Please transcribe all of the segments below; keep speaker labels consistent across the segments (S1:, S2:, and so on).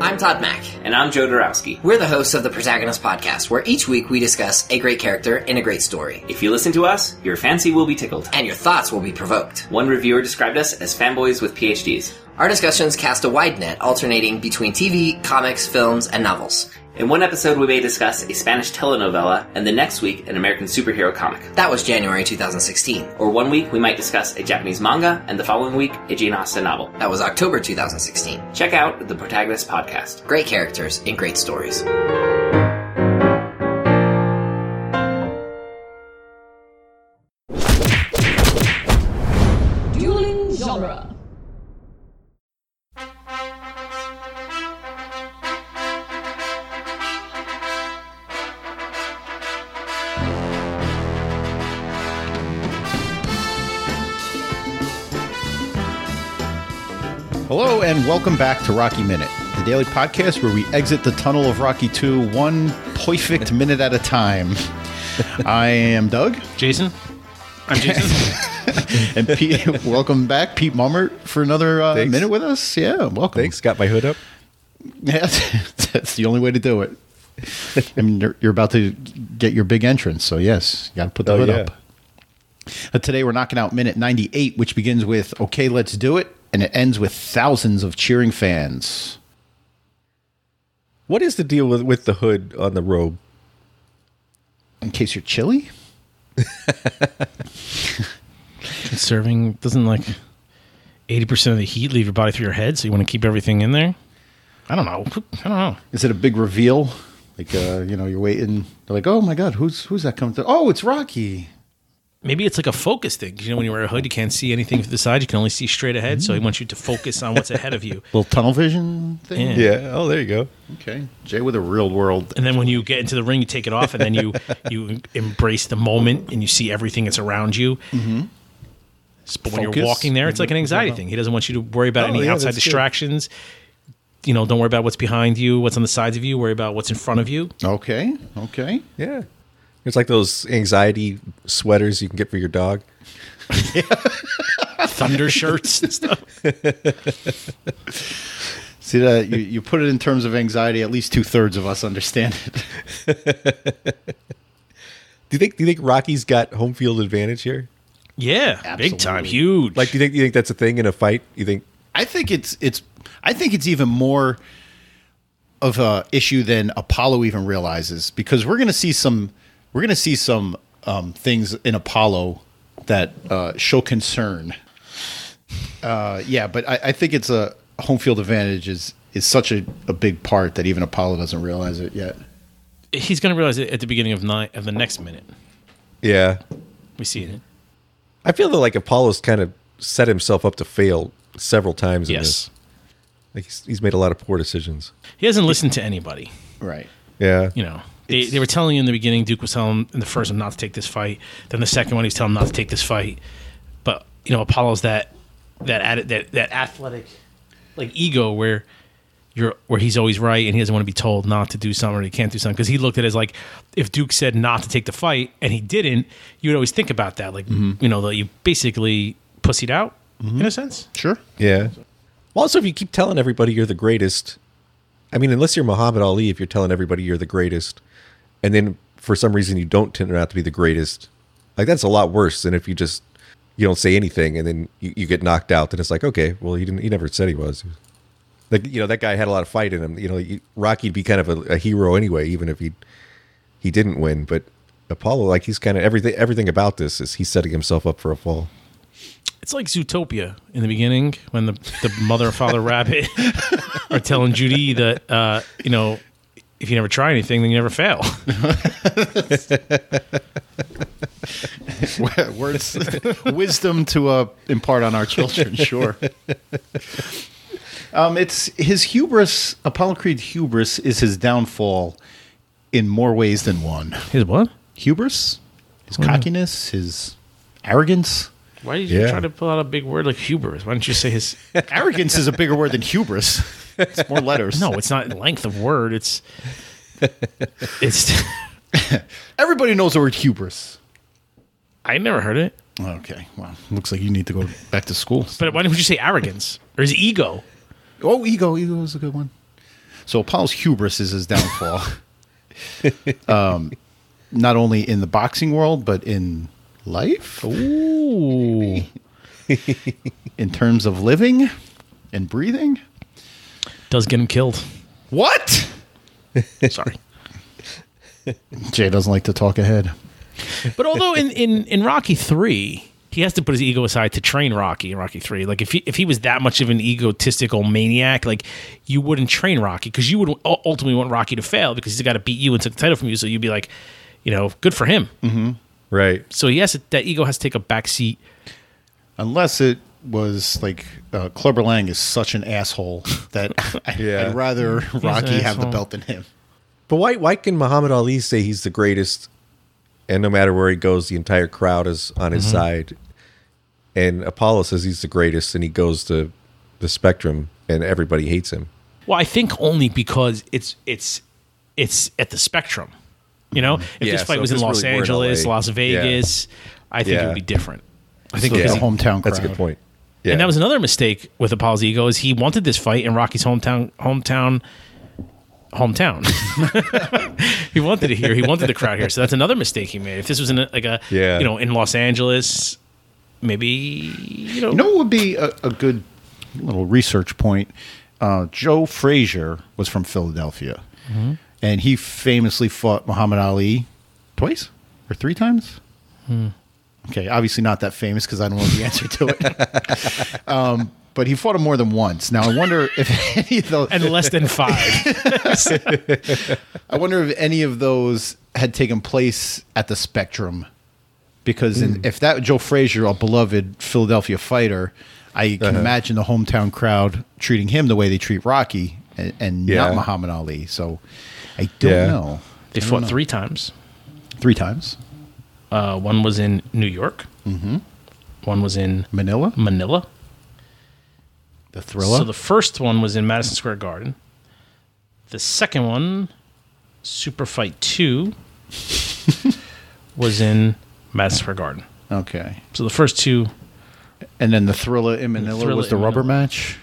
S1: I'm Todd Mack.
S2: And I'm Joe Dorowski.
S1: We're the hosts of the Protagonist Podcast, where each week we discuss a great character in a great story,
S2: If you listen to us, your fancy will be tickled.
S1: and your thoughts will be provoked.
S2: One reviewer described us as fanboys with PhDs.
S1: Our discussions cast a wide net, alternating between TV, comics, films, and novels.
S2: In one episode, we may discuss a Spanish telenovela, and the next week, an American superhero comic.
S1: That was January 2016.
S2: Or one week, we might discuss a Japanese manga, and the following week, a Jane Austen novel.
S1: That was October 2016.
S2: Check out the Protagonist Podcast.
S1: Great characters in great stories.
S3: Dueling Genre.
S4: Hello, and welcome back to Rocky Minute, the daily podcast where we exit the tunnel of Rocky 2 one perfect minute at a time. I am Doug,
S5: Jason? I'm Jason.
S4: and Pete, welcome back, Pete Mummert, for another uh,
S6: Thanks.
S4: minute with us. Yeah, welcome.
S6: Thanks. Got my hood up.
S4: Yeah, that's the only way to do it. I mean, you're, you're about to get your big entrance, so yes, you got to put the
S6: Oh,
S4: hood
S6: yeah.
S4: up. Uh, today we're knocking out minute 98, which begins with "Okay, let's do it," and it ends with thousands of cheering fans.
S6: What is the deal with, with the hood on the robe?
S4: In case you're chilly.
S5: Serving doesn't like 80% of the heat leave your body through your head, so you want to keep everything in there? I don't know. I don't know.
S4: Is it a big reveal? Like uh, you know, you're waiting. They're like, "Oh my god, who's who's that coming through?" Oh, it's Rocky.
S5: Maybe it's like a focus thing. 'cause, You know, when you wear a hood, you can't see anything to the side. You can only see straight ahead. So he wants you to focus on what's ahead of you.
S4: Little tunnel vision thing.
S5: Yeah.
S6: Yeah. Oh, there you go.
S4: Okay, Jay with a real world.
S5: And then when you get into the ring, you take it off, and then you you embrace the moment, and you see everything that's around you. Mm-hmm. But when
S4: Focus.
S5: you're walking there, it's like an anxiety thing. He doesn't want you to worry about
S6: Mm-hmm. Oh,
S5: any
S6: yeah,
S5: outside
S6: that's good.
S5: distractions. You know, don't worry about what's behind you, what's on the sides of you. Worry about what's in front of you.
S4: Okay, okay.
S6: Yeah. It's like those anxiety sweaters you can get for your dog.
S5: Thunder shirts and stuff.
S4: See that you, you put it in terms of anxiety. At least two thirds of us understand it.
S6: Do you think? Do you think Rocky's got home field advantage here?
S5: Yeah, big time,
S4: Absolutely.
S5: huge.
S6: Like, do you think? Do you think that's a thing in a fight? You think?
S4: I think it's it's. I think it's even more of a issue than Apollo even realizes because we're going to see some we're going to see some um, things in Apollo that uh, show concern. Uh, yeah, but I, I think it's a home field advantage is is such a, a big part that even Apollo doesn't realize it yet.
S5: he's going to realize it at the beginning of nine of the next minute.
S6: Yeah.
S5: We see it.
S6: Mm-hmm. I feel that like Apollo's kind of set himself up to fail several times. In
S5: Yes,
S6: this. Like he's, he's made a lot of poor decisions.
S5: he hasn't listened to anybody.
S4: Right.
S6: Yeah.
S5: you know, they, they were telling you in the beginning, Duke was telling him in the first one not to take this fight. Then the second one, he's telling him not to take this fight. But you know, Apollo's that that atti- that that athletic like ego where you're where he's always right and he doesn't want to be told not to do something or he can't do something because he looked at it as like if Duke said not to take the fight and he didn't, you would always think about that like you know that you basically pussied out in a sense.
S4: Sure.
S6: Yeah. Well, also, if you keep telling everybody you're the greatest, I mean, unless you're Muhammad Ali, if you're telling everybody you're the greatest, and then for some reason you don't turn out to be the greatest, like that's a lot worse than if you just you don't say anything and then you, you get knocked out. Then it's like, okay, well, he didn't. He never said he was. Like you know, that guy had a lot of fight in him. You know, you- Rocky'd be kind of a, a hero anyway, even if he he didn't win. But Apollo, like he's kind of everything. Everything about this is he's setting himself up for a fall.
S5: It's like Zootopia in the beginning when the, the mother and father rabbit are telling Judy that, uh, you know, if you never try anything, then you never fail.
S4: Words, wisdom to uh, impart on our children. Sure. Um, it's his hubris. Apollo Creed hubris is his downfall in more ways than one.
S5: He's what?
S4: Hubris, his cockiness, his arrogance.
S5: Why did you
S6: you Yeah.
S5: try
S6: try
S5: to
S6: to
S5: pull out a big word like hubris? Why don't you say his?
S4: arrogance is a bigger word than hubris. It's more letters.
S5: No, it's not length of word. It's it's.
S4: everybody knows the word hubris.
S5: I never heard it.
S4: Okay. Well, looks like you need to go back to school.
S5: But why didn't you say arrogance or his ego?
S4: Oh, ego, ego is a good one. So Apollo's hubris is his downfall. um, not only in the boxing world, but in life,
S5: Ooh.
S4: in terms of living and breathing.
S5: Does get him killed.
S4: What?
S5: Sorry.
S4: Jay doesn't like to talk ahead.
S5: But although in, in, in Rocky three, he has to put his ego aside to train Rocky in Rocky three. Like if he if he was that much of an egotistical maniac, like you wouldn't train Rocky because you would u- ultimately want Rocky to fail because he's got to beat you and take the title from you. So you'd be like, you know, good for him.
S6: Mm-hmm. Right.
S5: So he has to, that ego has to take a back seat.
S4: Unless it was like uh, Clubber Lang is such an asshole that I,
S6: Yeah.
S4: would rather Rocky have the
S5: asshole.
S4: belt than him.
S6: But why why can Muhammad Ali say he's the greatest and no matter where he goes the entire crowd is on his
S5: Mm-hmm.
S6: side and Apollo says he's the greatest and he goes to the spectrum and everybody hates him.
S5: Well, I think only because it's it's it's at the spectrum. You know, if
S6: Mm-hmm. Yeah,
S5: this fight
S6: so
S5: was
S6: if
S5: in
S6: this
S5: Los
S6: really were in
S5: Angeles,
S6: LA,
S5: Las
S6: yeah.
S5: Vegas, I think it
S6: Yeah.
S5: would be different.
S4: I think
S6: So
S4: it's
S6: yeah.
S4: a hometown crowd.
S6: That's a good point. Yeah.
S5: And that was another mistake with Apollo's ego is he wanted this fight in Rocky's hometown hometown hometown. he wanted it here. He wanted the crowd here. So that's another mistake he made. If this was in a, like a
S6: Yeah.
S5: you know in Los Angeles, maybe you know,
S4: You know what would be a, a good little research point? Uh, Joe Frazier was from Philadelphia, and he famously fought Muhammad Ali twice or three times. Okay, obviously not that famous because I don't know the answer to it. um, but he fought him more than once. Now I wonder if any of those,
S5: and less than five.
S4: I wonder if any of those had taken place at the Spectrum, because
S5: Hmm.
S4: in, if that Joe Frazier, a beloved Philadelphia fighter, I can
S5: Uh-huh.
S4: imagine the hometown crowd treating him the way they treat Rocky and, and
S6: Yeah.
S4: not Muhammad Ali. So I don't
S6: Yeah.
S4: know. I
S5: They
S4: don't
S5: fought
S4: know.
S5: three times.
S4: three times.
S5: Uh, one was in New York. Mm-hmm. One was in
S4: Manila,
S5: Manila.
S4: the thriller.
S5: So the first one was in Madison Square Garden. The second one, Super Fight 2, was in Madison Square Garden.
S4: okay,
S5: So the first two,
S4: and then the thriller in Manila
S5: Thrilla
S4: was the
S5: in
S4: rubber
S5: Manila.
S4: match.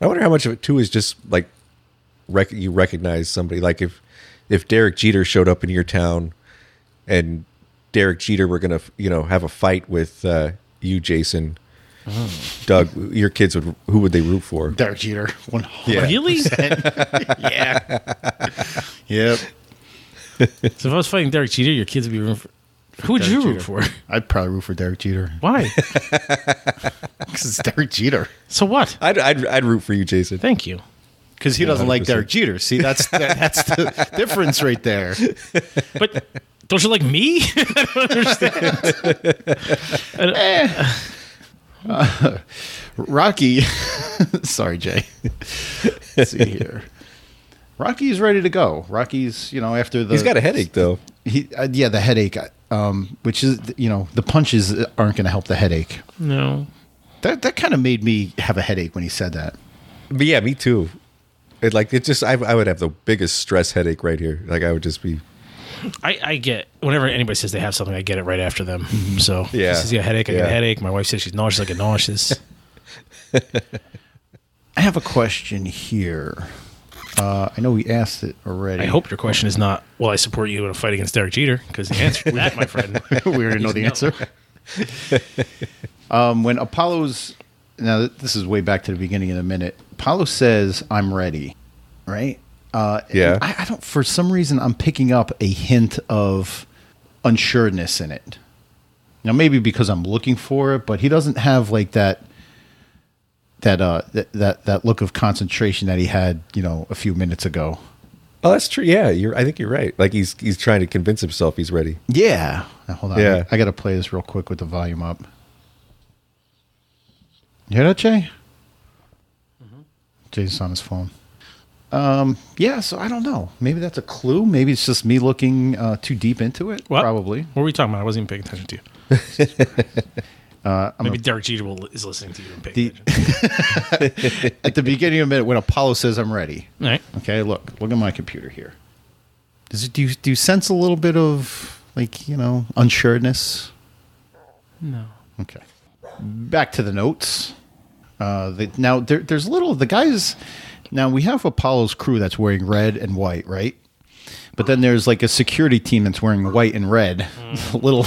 S6: I wonder how much of it too is just like rec- you recognize somebody. Like if if Derek Jeter showed up in your town, and Derek Jeter were gonna you know have a fight with uh, you, Jason,
S5: Mm-hmm.
S6: Doug, your kids would who would they root for?
S4: Derek Jeter, one hundred.
S5: really? so
S4: Yeah. yep.
S5: if I was fighting Derek Cheater, your kids would be rooting for. Who would you root for?
S4: I'd probably root for Derek Jeter
S5: Why?
S4: because it's Derek Jeter.
S5: So what?
S6: I'd, I'd I'd root for you, Jason.
S5: Thank you.
S4: because he doesn't like
S6: 100%.
S4: Derek Jeter. See, that's that's the difference right there.
S5: But don't you like me? I don't understand. I don't-
S4: Rocky, sorry, Jay. Let's see here. Rocky's ready to go. Rocky's, you know, after the
S6: He's got a headache though.
S4: He, uh, yeah, the headache, um, which is, you know, the punches aren't going to help the headache.
S5: no.
S4: That that kind of made me have a headache when he said that.
S6: But yeah, me too. It like it just I, I would have the biggest stress headache right here. Like I would just be
S5: I, I get whenever anybody says they have something, I get it right after them. So
S6: Yeah.
S5: this is a headache. I get
S6: Yeah.
S5: a headache. My wife says she's nauseous. I get nauseous.
S4: I have a question here. Uh, I know we asked it already.
S5: I hope your question is not, "Will I support you in a fight against Derek Jeter?" Because the answer to that, my friend,
S4: we already know the
S5: no.
S4: answer. um, when Apollo's now, th- this is way back to the beginning of the minute. Apollo says, "I'm ready," right? Uh, and
S6: Yeah.
S4: I, I don't. For some reason, I'm picking up a hint of unsureness in it. Now, maybe because I'm looking for it, but he doesn't have like that. That uh that, that that look of concentration that he had you know a few minutes ago.
S6: oh that's true yeah you're I think you're right like he's he's trying to convince himself he's ready
S4: Yeah. Now, hold on.
S6: Yeah.
S4: I, got to play this real quick with the volume up. You hear that, Jay? Jay's on his phone. Um, yeah, so I don't know. Maybe that's a clue. Maybe it's just me looking uh, too deep into it.
S5: What?
S4: Probably.
S5: What were we talking about? I wasn't even paying attention to you. Maybe Derek Jeter will, is listening to you and paying
S4: Uh, The-
S5: attention.
S4: At the beginning of the minute, when Apollo says, I'm ready.
S5: All right.
S4: Okay, look. Look at my computer here. Does it, do, you, do you sense a little bit of, like, you know, unsureness?
S5: No.
S4: Okay. Back to the notes. Uh, the, now there, there's little the guys. Now we have Apollo's crew that's wearing red and white, right? But then there's like a security team that's wearing white and red.
S5: Mm.
S4: little,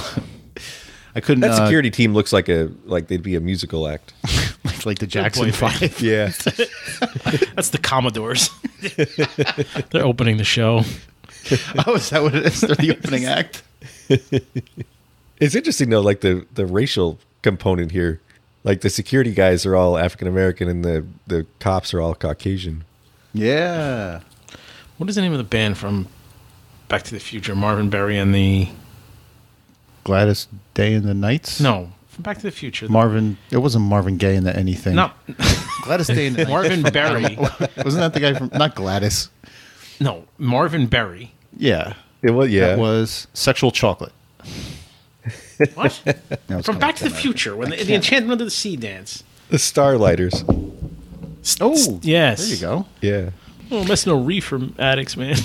S4: I couldn't.
S6: That
S4: uh,
S6: security team looks like a like they'd be a musical act.
S4: like, like the Jackson
S5: boy,
S4: Five.
S6: Yeah,
S5: That's the Commodores. They're opening the show.
S4: oh, is that what it is? They're the opening act.
S6: it's interesting though, like the the racial component here. Like the security guys are all African American, and the the cops are all Caucasian.
S4: Yeah.
S5: What is the name of the band from Back to the Future? Marvin Berry and the
S4: Gladys Day and the Knights.
S5: no from Back to the Future.
S4: Marvin. It wasn't Marvin Gaye in that anything.
S5: no,
S4: Gladys Day and the Knights.
S5: Marvin Berry.
S4: Wasn't that the guy from? Not Gladys.
S5: No, Marvin Berry.
S4: Yeah.
S6: It was yeah.
S4: That was sexual chocolate.
S5: What?
S4: That was
S5: from
S4: kinda
S5: Back to the
S4: funny.
S5: Future when the, the Enchantment of the Sea dance.
S6: The Starlighters.
S4: Oh,
S5: yes.
S4: There you go.
S6: Yeah.
S5: Oh, that's no reefer addicts, man.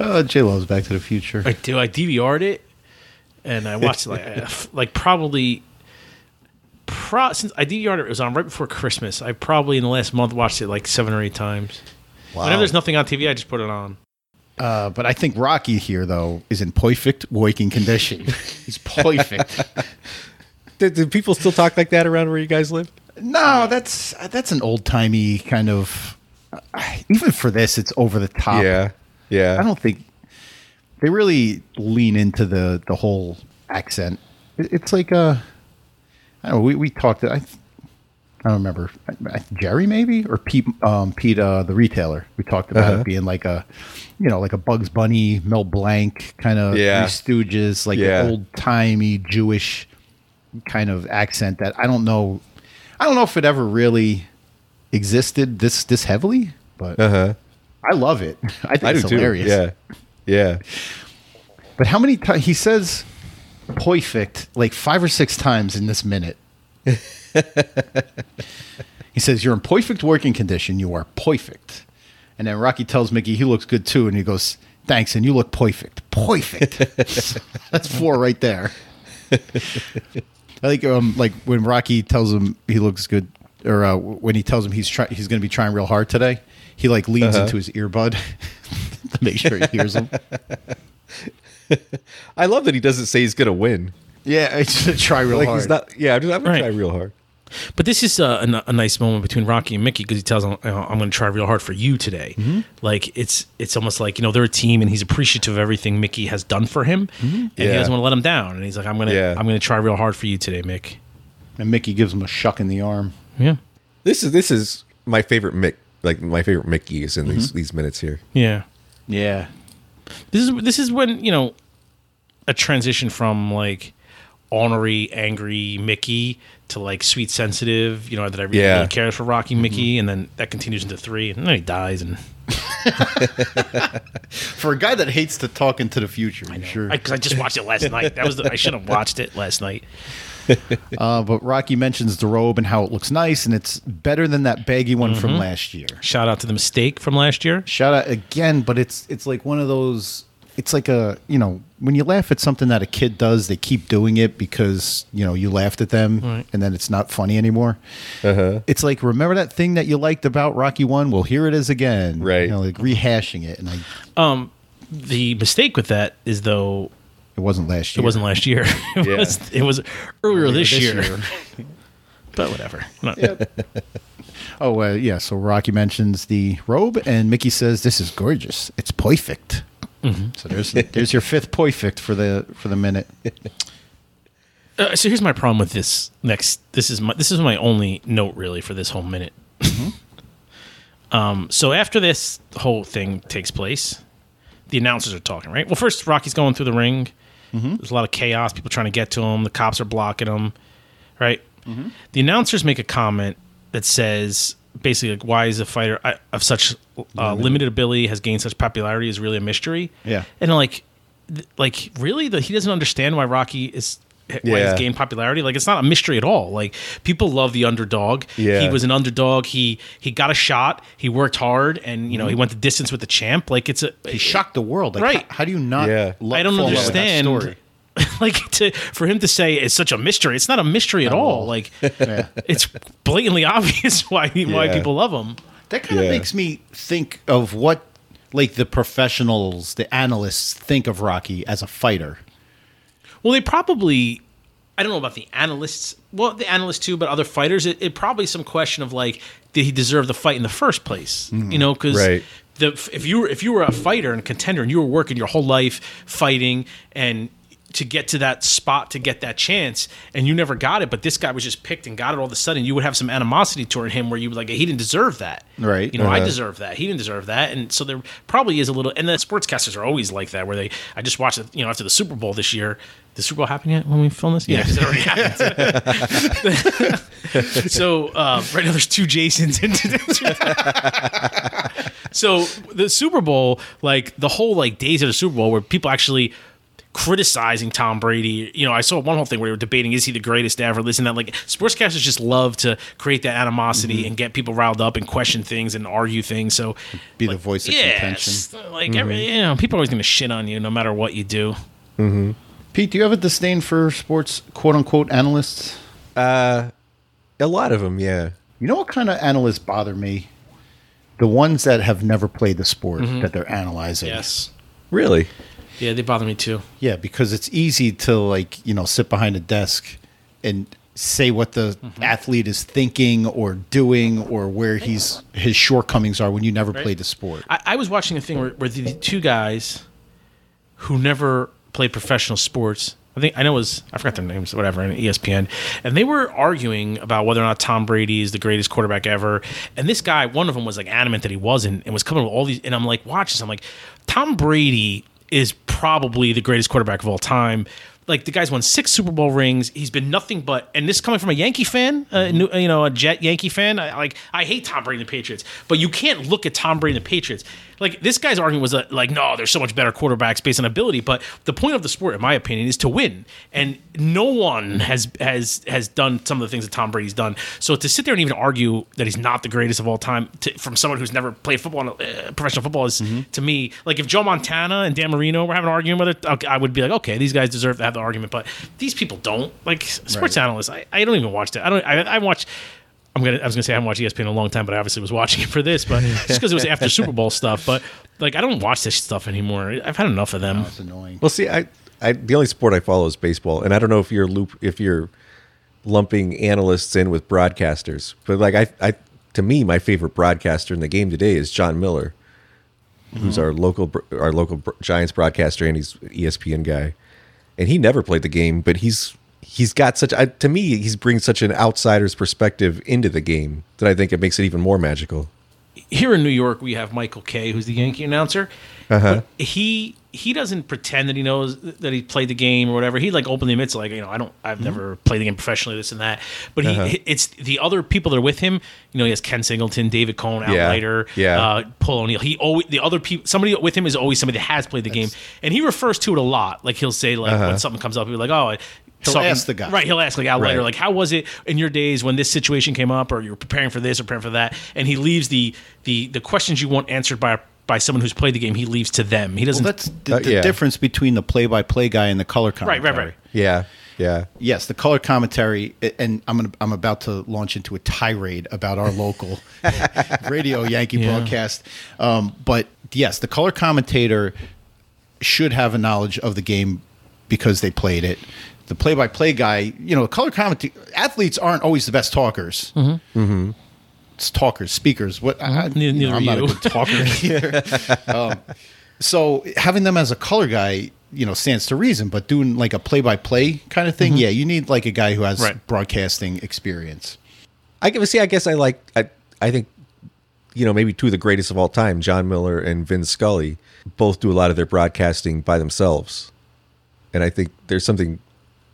S4: Uh, J Lo's Back to the Future.
S5: I do. I DVR'd it, and I watched it like uh, f- like probably. Pro, since I DVR'd it, it was on right before Christmas. I probably in the last month watched it like seven or eight times. Whenever there's nothing on TV, I just put it on.
S4: Uh, but I think Rocky here though is in perfect waking condition. He's perfect.
S6: Do, do people still talk like that around where you guys live?
S4: no, that's that's an old timey kind of. I- Even for this, it's over the top.
S6: Yeah. Yeah.
S4: I don't think they really lean into the the whole accent. It- It's like uh, I don't know. We we talked. I th- I don't remember I- I- Jerry maybe or Pete um, Pete uh, the retailer. We talked about
S6: Uh-huh.
S4: it being like a you know like a Bugs Bunny, Mel Blanc kind of
S6: Yeah.
S4: Stooges, like
S6: Yeah.
S4: old timey Jewish kind of accent that I don't know. I don't know if it ever really existed this this heavily, but
S6: Uh huh.
S4: I love it. I think
S6: I do
S4: it's hilarious.
S6: too. Yeah. Yeah.
S4: But how many times he says perfect like five or six times in this minute? he says, You're in perfect working condition. You are perfect. And then Rocky tells Mickey he looks good too. And he goes, Thanks. And you look perfect. Perfect. That's four right there. I think um, like when Rocky tells him he looks good, or uh, when he tells him he's try- he's going to be trying real hard today, he like leans into his earbud to make sure he hears him.
S6: I love that he doesn't say he's gonna win.
S4: Yeah, it's a try real
S6: Like
S4: hard.
S6: he's not. Yeah. I'm, just, I'm gonna
S5: Right.
S6: try real hard.
S5: But this is uh, a, a n- a nice moment between Rocky and Mickey because he tells him, you know, "I'm going to try real hard for you today."
S6: Mm-hmm.
S5: Like it's it's almost like you know they're a team, and he's appreciative of everything Mickey has done for him, and he
S6: Yeah.
S5: doesn't want to let him down. And he's like, "I'm gonna
S6: Yeah.
S5: I'm gonna try real hard for you today, Mick."
S4: and Mickey gives him a shuck in the arm.
S5: Yeah,
S6: This is this is my favorite Mick. Like my favorite Mickey is in
S4: Mm-hmm.
S6: these these minutes here.
S5: yeah.
S4: Yeah.
S5: This is this is when you know a transition from like ornery, angry Mickey to like sweet, sensitive. You know that I really,
S6: Yeah.
S5: really cares for Rocky Mickey, and then that continues into three, and then he dies. And
S4: For a guy that hates to talk into the future, I'm sure.
S5: because I, just watched it last night. That was the, I should have watched it last night.
S4: Uh, but Rocky mentions the robe and how it looks nice, and it's better than that baggy one from last year.
S5: Shout out to the mistake from last year.
S4: Shout out again, but it's it's like one of those. It's like a you know when you laugh at something that a kid does, they keep doing it because you know you laughed at them, and then it's not funny anymore. It's like remember that thing that you liked about Rocky One? Well, here it is again,
S6: Right.
S4: You know, like rehashing it, and I,
S5: The mistake with that is though
S4: it wasn't last
S5: it
S4: year.
S5: wasn't last year. it,
S6: Yeah.
S5: was, it was earlier this, year. but whatever. No.
S4: Oh, uh, yeah. So Rocky mentions the robe, and Mickey says, "This is gorgeous. It's perfect."
S5: Mm-hmm.
S4: So there's there's your fifth perfect for the for the minute.
S5: Uh, so here's my problem with this next. This is my this is my only note really for this whole minute. um, so after this whole thing takes place, the announcers are talking. Right. Well, first Rocky's going through the ring. There's a lot of chaos. People trying to get to him. The cops are blocking him. Right. The announcers make a comment that says basically like, why is a fighter uh, of such uh, limited ability has gained such popularity is really a mystery.
S4: Yeah.
S5: And like, th- like really, the, he doesn't understand why Rocky is why
S6: Yeah.
S5: he's gained popularity. Like it's not a mystery at all. Like people love the underdog.
S6: Yeah.
S5: He was an underdog. He he got a shot. He worked hard, and you know he went the distance with the champ. Like it's a
S4: He shocked the world. Like,
S5: Right.
S4: How, how do you not?
S6: Yeah.
S4: lo-
S5: I don't
S4: fall in love with that
S5: understand.
S4: story?
S5: like to for him to say it's such a mystery. It's not a mystery at all. Like it's blatantly obvious why why
S6: Yeah.
S5: people love him.
S4: That kind of
S6: Yeah.
S4: makes me think of what like the professionals, the analysts think of Rocky as a fighter.
S5: Well, they probably. I don't know about the analysts. Well, the analysts too, but other fighters. It, it probably some question of like, did he deserve the fight in the first place? you know, because
S6: Mm-hmm. right.
S5: the if you were if you were a fighter and contender and you were working your whole life fighting and to get to that spot to get that chance and you never got it, but this guy was just picked and got it all of a sudden. You would have some animosity toward him where you would like he didn't deserve that.
S4: Right.
S5: You know, I
S6: Uh-huh.
S5: deserve that. He didn't deserve that. And so there probably is a little. And the sportscasters are always like that, where they. I just watched, it, you know, after the Super Bowl this year. The Super Bowl happened yet when we filmed this? Yeah, 'cause it already happened. so uh, right now there's two Jasons. in so the Super Bowl, like the whole like days of the Super Bowl, where people actually criticizing Tom Brady. You know, I saw one whole thing where they were debating is he the greatest ever? This and that. Like sportscasters just love to create that animosity
S4: Mm-hmm.
S5: and get people riled up and question things and argue things. So
S4: Be the voice of contention. Mm-hmm.
S5: yes, like every, you know, people are always going to shit on you no matter what you do.
S4: Pete, do you have a disdain for sports quote unquote analysts?
S6: A lot of them, yeah.
S4: You know what kind of analysts bother me? The ones that have never played the sport that they're analyzing.
S5: Mm-hmm. Yes.
S6: Really?
S5: Yeah, they bother me too.
S4: Yeah, because it's easy to like, you know, sit behind a desk and say what the
S5: Mm-hmm.
S4: athlete is thinking or doing or where he's his shortcomings are when you never played the sport.
S5: I, I was watching a thing where, where the two guys who never played professional sports. I think I know it was I forgot their names, whatever, E on ESPN, and they were arguing about whether or not Tom Brady is the greatest quarterback ever. And this guy, one of them was like adamant that he wasn't, and was coming up with all these. And I'm like, watch this. I'm like, Tom Brady is probably the greatest quarterback of all time. Like the guy's won six Super Bowl rings. He's been nothing but, and this coming from a Yankee fan, uh, new- you know, a Jet Yankee fan. I, like I hate Tom Brady and the Patriots, but you can't look at Tom Brady and the Patriots. Like this guy's argument was uh, like, no, there's so much better quarterbacks based on ability. But the point of the sport, in my opinion, is to win, and no one has has has done some of the things that Tom Brady's done. So to sit there and even argue that he's not the greatest of all time to, from someone who's never played football, uh, professional football, is to me like if Joe Montana and Dan Marino were having an argument whether okay, I would be like, okay, these guys deserve to have the argument, but these people don't. Like sports analysts, I, I don't even watch that. I don't. I, I watch. I'm gonna. I was gonna say I haven't watched E ESPN in a long time, but I obviously was watching it for this, but just because it was after Super Bowl stuff. But like, I don't watch this stuff anymore. I've had enough of them.
S4: It's annoying.
S6: Well, see, I, I the only sport I follow is baseball, and I don't know if you're loop if you're lumping analysts in with broadcasters, but like I, I to me, my favorite broadcaster in the game today is John Miller, who's our local br- our local br- Giants broadcaster, and he's E an ESPN guy, and he never played the game, but he's he's got such I, to me he's brings such an outsider's perspective into the game that I think it makes it even more magical.
S5: here in New York, we have Michael Kay, who's the Yankee announcer.
S6: Uh-huh.
S5: But he he doesn't pretend that he knows that he played the game or whatever. He like openly admits, like you know, I don't, I've
S6: Mm-hmm.
S5: never played the game professionally, this and that. But he,
S6: Uh-huh.
S5: it's the other people that are with him. You know, he has Ken Singleton, David Cohn, Al
S6: Yeah.
S5: Leiter,
S6: Yeah.
S5: uh, Paul O'Neill. He always the other people, somebody with him is always somebody that has played the game, and he refers to it a lot. Like he'll say, like
S6: Uh-huh.
S5: when something comes up, he'll be like, oh. I-
S4: He'll
S5: something-
S4: ask the guy.
S5: right? He'll ask like out later,
S6: Right.
S5: like how was it in your days when this situation came up, or you were preparing for this or preparing for that? And he leaves the the the questions you want answered by by someone who's played the game. He leaves to them. He doesn't.
S4: Well, that's the,
S6: Uh,
S4: the
S6: yeah.
S4: difference between the play-by-play guy and the color
S5: right,
S4: commentary.
S5: right, right.
S6: Yeah, yeah.
S4: Yes, the color commentary, and I'm gonna, I'm about to launch into a tirade about our local radio Yankee
S5: Yeah.
S4: broadcast. Um, but yes, the color commentator should have a knowledge of the game because they played it. The play-by-play guy, you know, color commentary athletes aren't always the best talkers. Mm-hmm. It's talkers, speakers. What? I, I-
S5: Neither-
S4: you know,
S5: neither
S4: I'm
S5: are
S4: not a
S5: you.
S4: good talker either. Um, so having them as a color guy, you know, stands to reason. But doing like a play-by-play kind of thing, yeah, you need like a guy who has
S5: Mm-hmm. Right.
S4: broadcasting experience.
S6: I can see. I guess I like. I I think you know maybe two of the greatest of all time, John Miller and Vin Scully, both do a lot of their broadcasting by themselves, and I think there's something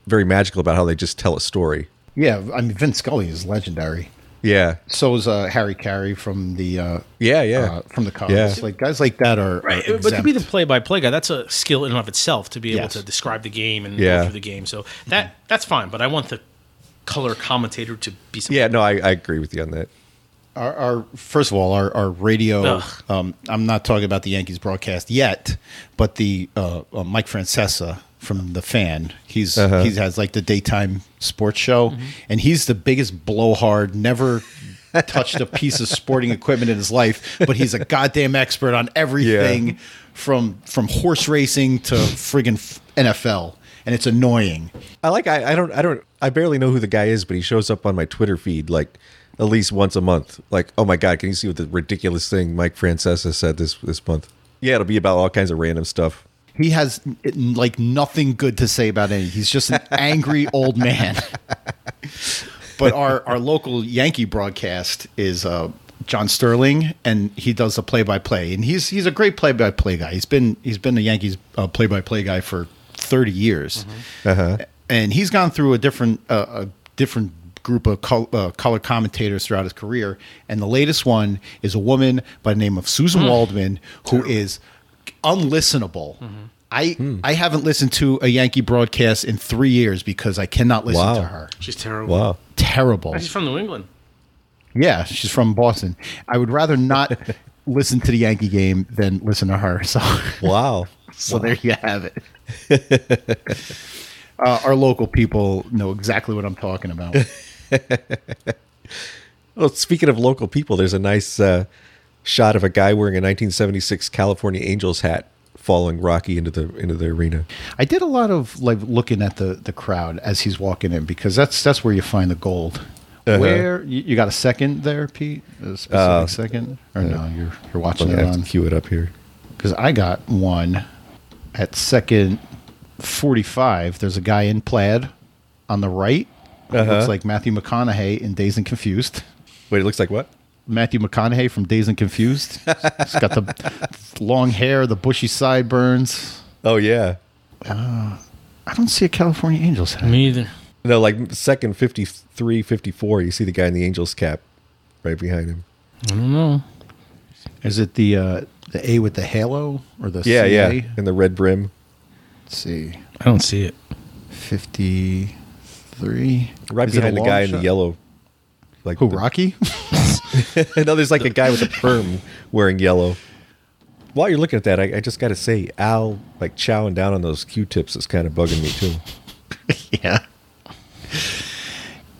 S6: very magical about how they just tell a story.
S4: Yeah, I mean, Vince Scully is legendary.
S6: Yeah,
S4: So is uh, Harry Carey from the uh,
S6: yeah, yeah.
S4: uh, from the Cubs.
S6: Yeah.
S4: Like guys like that are
S5: Right,
S4: Are
S5: but to be the
S4: exempt.
S5: play-by-play guy, that's a skill in and of itself to be able
S4: Yes.
S5: to describe the game and
S6: Yeah.
S5: go through the game. So that that's fine. But I want the color commentator to be something.
S6: yeah, no, I, I agree with you on that.
S4: our, our first of all our, our radio.
S5: Ugh.
S4: Um, I'm not talking about the Yankees broadcast yet, but the uh, uh, Mike Francesa from the fan. He's he has like the daytime sports show, and he's the biggest blowhard. Never touched a piece of sporting equipment in his life, but he's a goddamn expert on everything from from horse racing to friggin' f- NFL, and it's annoying.
S6: I like I, I don't I don't I barely know who the guy is, but he shows up on my Twitter feed like at least once a month. Like, oh my god, can you see what the ridiculous thing Mike Francesa said this this month? Yeah, it'll be about all kinds of random stuff.
S4: He has like nothing good to say about any. He's just an angry old man. but our our local Yankee broadcast is uh, John Sterling, and he does the play by play, and he's he's a great play by play guy. He's been he's been a Yankees play by play guy for thirty years, and he's gone through a different uh, a different group of col- uh, color commentators throughout his career, and the latest one is a woman by the name of Susan Waldman, who is unlistenable. I, I haven't listened to a Yankee broadcast in three years because I cannot listen
S6: Wow.
S4: to her
S5: She's terrible.
S6: Wow.
S4: terrible.
S5: She's from New England.
S4: Yeah, she's from Boston. I would rather not listen to the Yankee game than listen to her. So,
S6: Wow.
S4: so there you have it. uh, our local people know exactly what I'm talking about.
S6: Well, speaking of local people, there's a nice uh, shot of a guy wearing a 1976 California Angels hat following Rocky into the into the arena.
S4: I did a lot of like looking at the the crowd as he's walking in because that's that's where you find the gold.
S6: Uh-huh. Uh,
S4: Where you, you got a second there, Pete? A specific second, or no? You're you're watching
S6: I
S4: it
S6: have to
S4: on
S6: cue it up here.
S4: because I got one at second 45. There's a guy in plaid on the right. who
S6: Uh-huh.
S4: Looks like Matthew McConaughey in Days and Confused.
S6: Wait, it looks like what?
S4: Matthew McConaughey from Days and Confused. He's got the long hair, the bushy sideburns.
S6: Oh yeah.
S4: I don't see a California Angels hat.
S5: Me either.
S6: No, like second 53, 54, you see the guy in the Angels cap right behind him.
S4: Is it the uh, the A with the halo or the
S6: Yeah,
S4: CA?
S6: yeah. In the red brim.
S4: Let's see.
S5: I don't see it.
S4: 53.
S6: Right
S4: Is it a
S6: behind the
S4: long
S6: guy in the
S4: shot?
S6: yellow. Like
S4: Who,
S6: the-
S4: Rocky?
S6: no, there's like a guy with a perm wearing yellow. While you're looking at that, I, I just got to say, Al like chowing down on those Q-tips is kind of bugging me too.
S4: Yeah.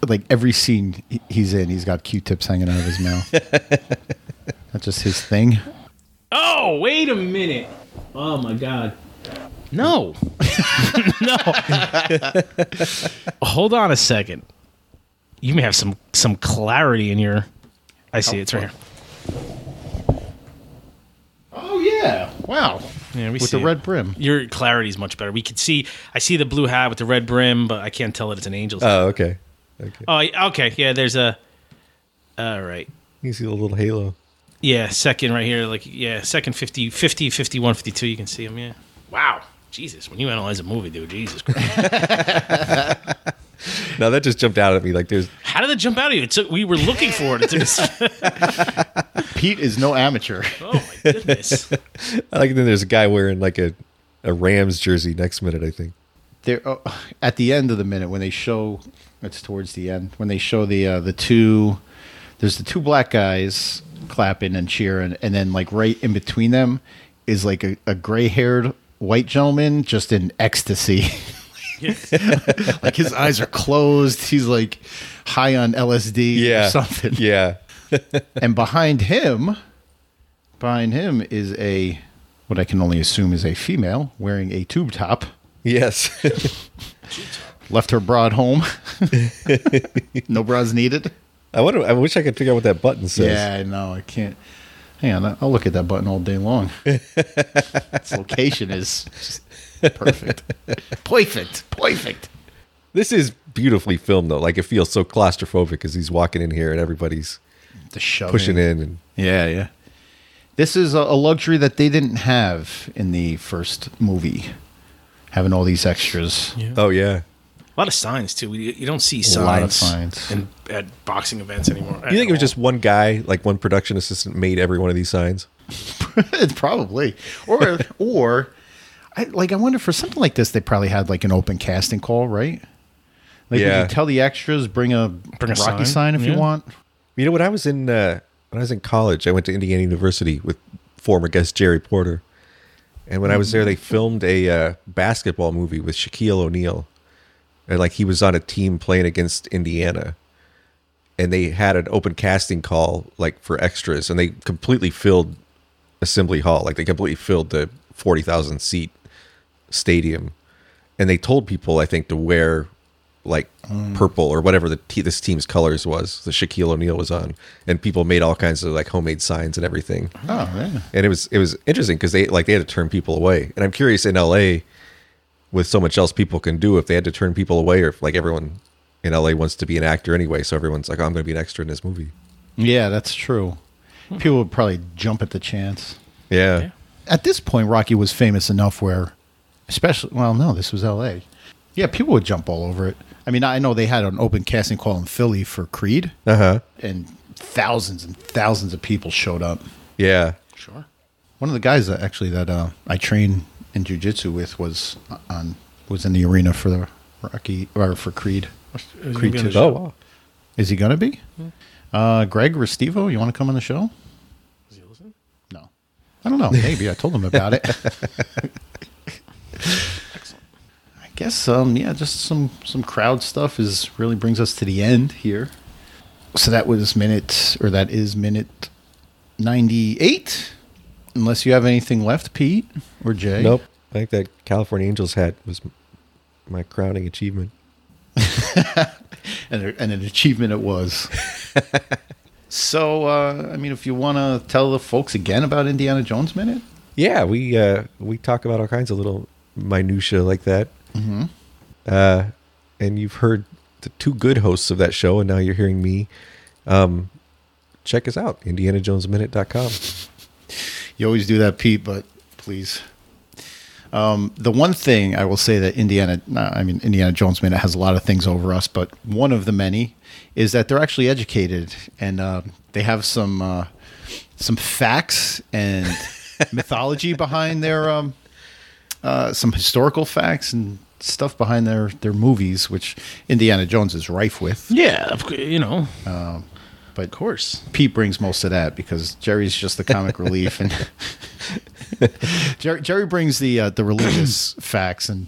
S4: Like every scene he- he's in, he's got Q-tips hanging out of his mouth. That's just his thing.
S5: Oh, wait a minute. Oh my god. No. no. Hold on a second. You may have some some clarity in your I see it's right here.
S4: Oh yeah! Wow.
S5: Yeah, we
S4: With
S5: see
S4: the
S5: it.
S4: red brim.
S5: Your clarity is much better. We could see I see the blue hat with the red brim, but I can't tell that it's an angel's. hat.
S6: Oh, okay. Okay.
S5: oh, I- okay. Yeah, there's a All right.
S6: You see the little halo.
S5: Yeah, second right here like yeah, second 50 50 51 52 you can see him, yeah. Wow. Jesus, when you analyze a movie, dude, Jesus Christ.
S6: No, that just jumped out at me. Like there's
S5: How did it jump out of you? It took, we were looking for it. It took us-
S4: Pete is no amateur.
S5: oh my goodness!
S6: I like then there's a guy wearing like a, a Rams jersey next minute, I think.
S4: There, oh, at the end of the minute when they show, it's towards the end when they show the uh, the two. There's the two black guys clapping and cheering, and then like right in between them is like a, a gray-haired white gentleman just in ecstasy. like his eyes are closed. He's like high on LSD or something.
S6: Yeah.
S4: And behind him, behind him is a what I can only assume is a female wearing a tube top.
S6: Yes.
S4: Left her broad home. no bras needed.
S6: I wonder I wish I could figure out what that button says.
S4: Yeah, I know. I can't. Hang on, I'll look at that button all day long. its location is just perfect. Perfect. Perfect.
S6: This is beautifully filmed though. Like it feels so claustrophobic as he's walking in here and everybody's
S4: The show.
S6: pushing in and
S4: Oh, Yeah, yeah. This is a a luxury that they didn't have in the first movie, having all these extras.
S6: Oh yeah.
S5: A lot of signs too. We, you don't see signs,
S4: lot of signs.
S5: In, at boxing events anymore.
S6: You think it was just one guy, like one production assistant made every one of these signs?
S4: probably, or or, I, like I wonder for something like this, they probably had like an open casting call, right? Like,
S6: Yeah.
S4: would you tell the extras bring a
S5: Bring a
S4: Rocky sign,
S5: sign,
S4: if
S5: yeah.
S4: you want?
S6: You know, when I was in uh, when I was in college, I went to Indiana University with former guest Jerry Porter, And when I was there, they filmed a uh, basketball movie with Shaquille O'Neal, and like he was on a team playing against Indiana, and they had an open casting call like for extras, and they completely filled Assembly Hall, like they completely filled the forty thousand seat stadium, and they told people I think to wear like purple or whatever the te- this team's colors was. The Shaquille O'Neal was on, and people made all kinds of like homemade signs and everything
S4: Oh yeah.
S6: and it was it was interesting because they like they had to turn people away and i'm curious in la with so much else people can do if they had to turn people away or if like everyone in la wants to be an actor anyway so everyone's like oh, i'm going to be an extra in this movie
S4: Yeah, that's true. People would probably jump at the chance.
S6: yeah,
S4: At this point, Rocky was famous enough where, especially, well, no, this was L.A. Yeah, people would jump all over it. I mean, I know they had an open casting call in Philly for Creed,
S6: uh-huh
S4: and thousands and thousands of people showed up.
S6: yeah
S5: Sure.
S4: One of the guys that actually that uh, I trained in jujitsu with was on was in the arena for the Rocky or for Creed.
S5: Is
S4: Creed
S5: he gonna be on the
S4: two.
S5: show? Hmm.
S6: wow
S4: Is he gonna be? Uh, Greg Restivo, you want to come on the show?
S5: Is he listening?
S4: No, I don't know. Maybe I told him about it. I guess um yeah, just some some crowd stuff is really brings us to the end here. So that was minute or that is minute ninety eight. Unless you have anything left, Pete or Jay.
S6: nope i think that california angels hat was m- my crowning achievement
S4: and, and an achievement it was. so, uh, I mean, if you want to tell the folks again about Indiana Jones Minute,
S6: yeah we uh we talk about all kinds of little minutia like that mm-hmm. uh and you've heard the two good hosts of that show and now you're hearing me um check us out indianajonesminute.com
S4: you always do that, Pete, but please. Um, the one thing I will say that Indiana, nah, I mean, Indiana Jones Minute has a lot of things over us, but one of the many is that they're actually educated and uh, they have some uh, some facts and mythology behind their um, uh, some historical facts and stuff behind their their movies, which Indiana Jones is rife with.
S5: Yeah, of, cou- you know,
S4: But
S5: of course.
S4: Pete brings most of that because Jerry's just the comic relief, and Jerry, Jerry brings the uh, the religious facts. And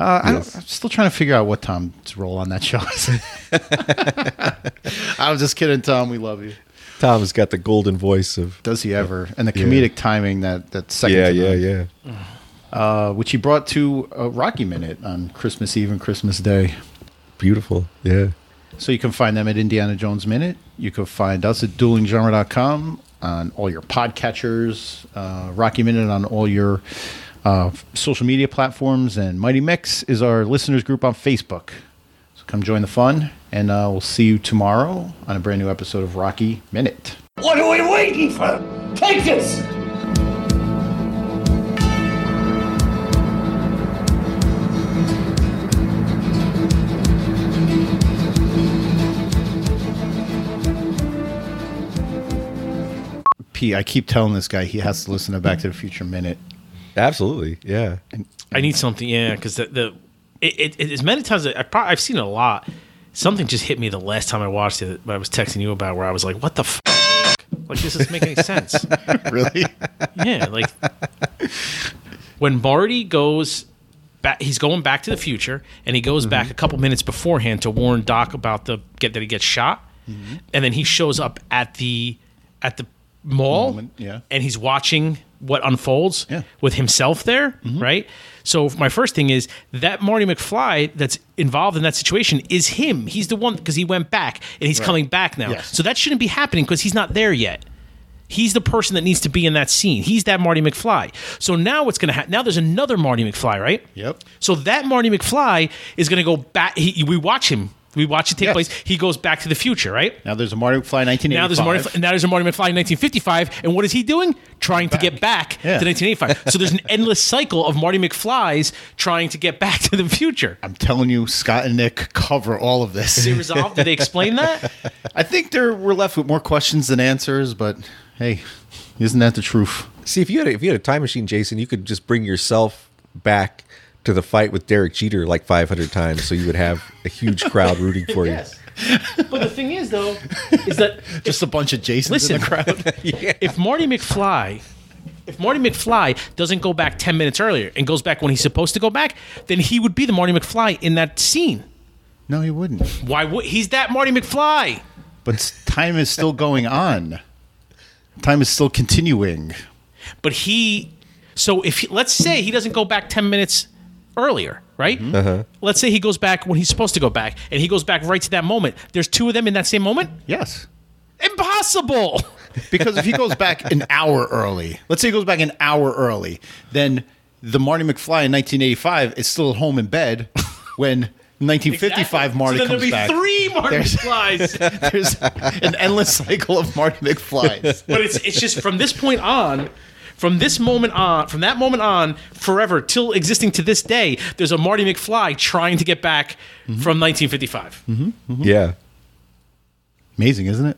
S4: uh, I don't, I'm still trying to figure out what Tom's role on that show is. I was just kidding, Tom. We love you.
S6: Tom's got the golden voice of
S4: Does he ever? And the comedic timing that that second,
S6: yeah,
S4: to
S6: yeah,
S4: none,
S6: yeah.
S4: uh, which he brought to uh, Rocky Minute on Christmas Eve and Christmas Day.
S6: Beautiful. Yeah.
S4: So you can find them at Indiana Jones Minute. You can find us at duelinggenre.com on all your podcatchers, uh, Rocky Minute on all your uh, social media platforms, and Mighty Mix is our listeners group on Facebook. So come join the fun, and uh, we'll see you tomorrow on a brand new episode of Rocky Minute.
S3: What are we waiting for? Take this!
S4: P, I keep telling this guy he has to listen to Back to the Future Minute.
S6: Absolutely. Yeah.
S5: I need something, yeah, because the, the it, it, it, as many times I probably, I've seen it a lot. Something just hit me the last time I watched it. But I was texting you about where I was like, "What the f? Like this doesn't make any sense."
S4: Really?
S5: yeah, like when Marty goes back, he's going back to the future, and he goes back a
S4: Mm-hmm.
S5: couple minutes beforehand to warn Doc about the get that he gets shot,
S4: Mm-hmm.
S5: and then he shows up at the at the mall,
S4: Moment, yeah.
S5: and he's watching what unfolds
S4: Yeah. Mm-hmm.
S5: with himself there, right? So my first thing is that Marty McFly that's involved in that situation is him. He's the one because he went back and he's coming back now.
S4: Yes.
S5: So that shouldn't be happening because he's not there yet. He's the person that needs to be in that scene. He's that Marty McFly. So now what's going to happen? Now there's another Marty McFly, right?
S4: Yep.
S5: So that Marty McFly is going to go back. He, we watch him. We watch it take
S4: Yes.
S5: place. He goes back to the future, right?
S4: Now there's a Marty McFly 1985.
S5: Now there's a Marty. Now there's a Marty McFly in 1955, and what is he doing? Trying to get back
S4: Yeah.
S5: to 1985. so there's an endless cycle of Marty McFlys trying to get back to the future.
S4: I'm telling you, Scott and Nick cover all of this.
S5: Did they resolve? Did they explain that?
S4: I think there we're left with more questions than answers, but hey, isn't that the truth?
S6: See, if you had a, if you had a time machine, Jason, you could just bring yourself back to the fight with Derek Jeter like 500 times, so you would have a huge crowd rooting for you.
S5: But the thing is, though, is that
S4: Just a bunch of Jasons
S5: listen,
S4: in the crowd.
S5: if Marty McFly If Marty McFly doesn't go back 10 minutes earlier and goes back when he's supposed to go back, then he would be the Marty McFly in that scene.
S4: No, he wouldn't.
S5: Why would he's that Marty McFly?
S4: But s- time is still going on. Time is still continuing.
S5: But he so if he, let's say he doesn't go back 10 minutes earlier, right? Let's say he goes back when he's supposed to go back and he goes back right to that moment. There's two of them in that same moment?
S4: Yes.
S5: Impossible.
S4: Because if he goes back an hour early, let's say he goes back an hour early, then the Marty McFly in 1985 is still at home in bed when 1955 Marty
S5: so then
S4: comes
S5: there'll be
S4: back.
S5: three Marty
S4: There's-
S5: McFlys.
S4: There's an endless cycle of Marty McFlys.
S5: but it's it's just from this point on from this moment on from that moment on forever till existing to this day there's a marty mcfly trying to get back from 1955
S4: Mm-hmm.
S6: Yeah.
S4: Amazing, isn't it?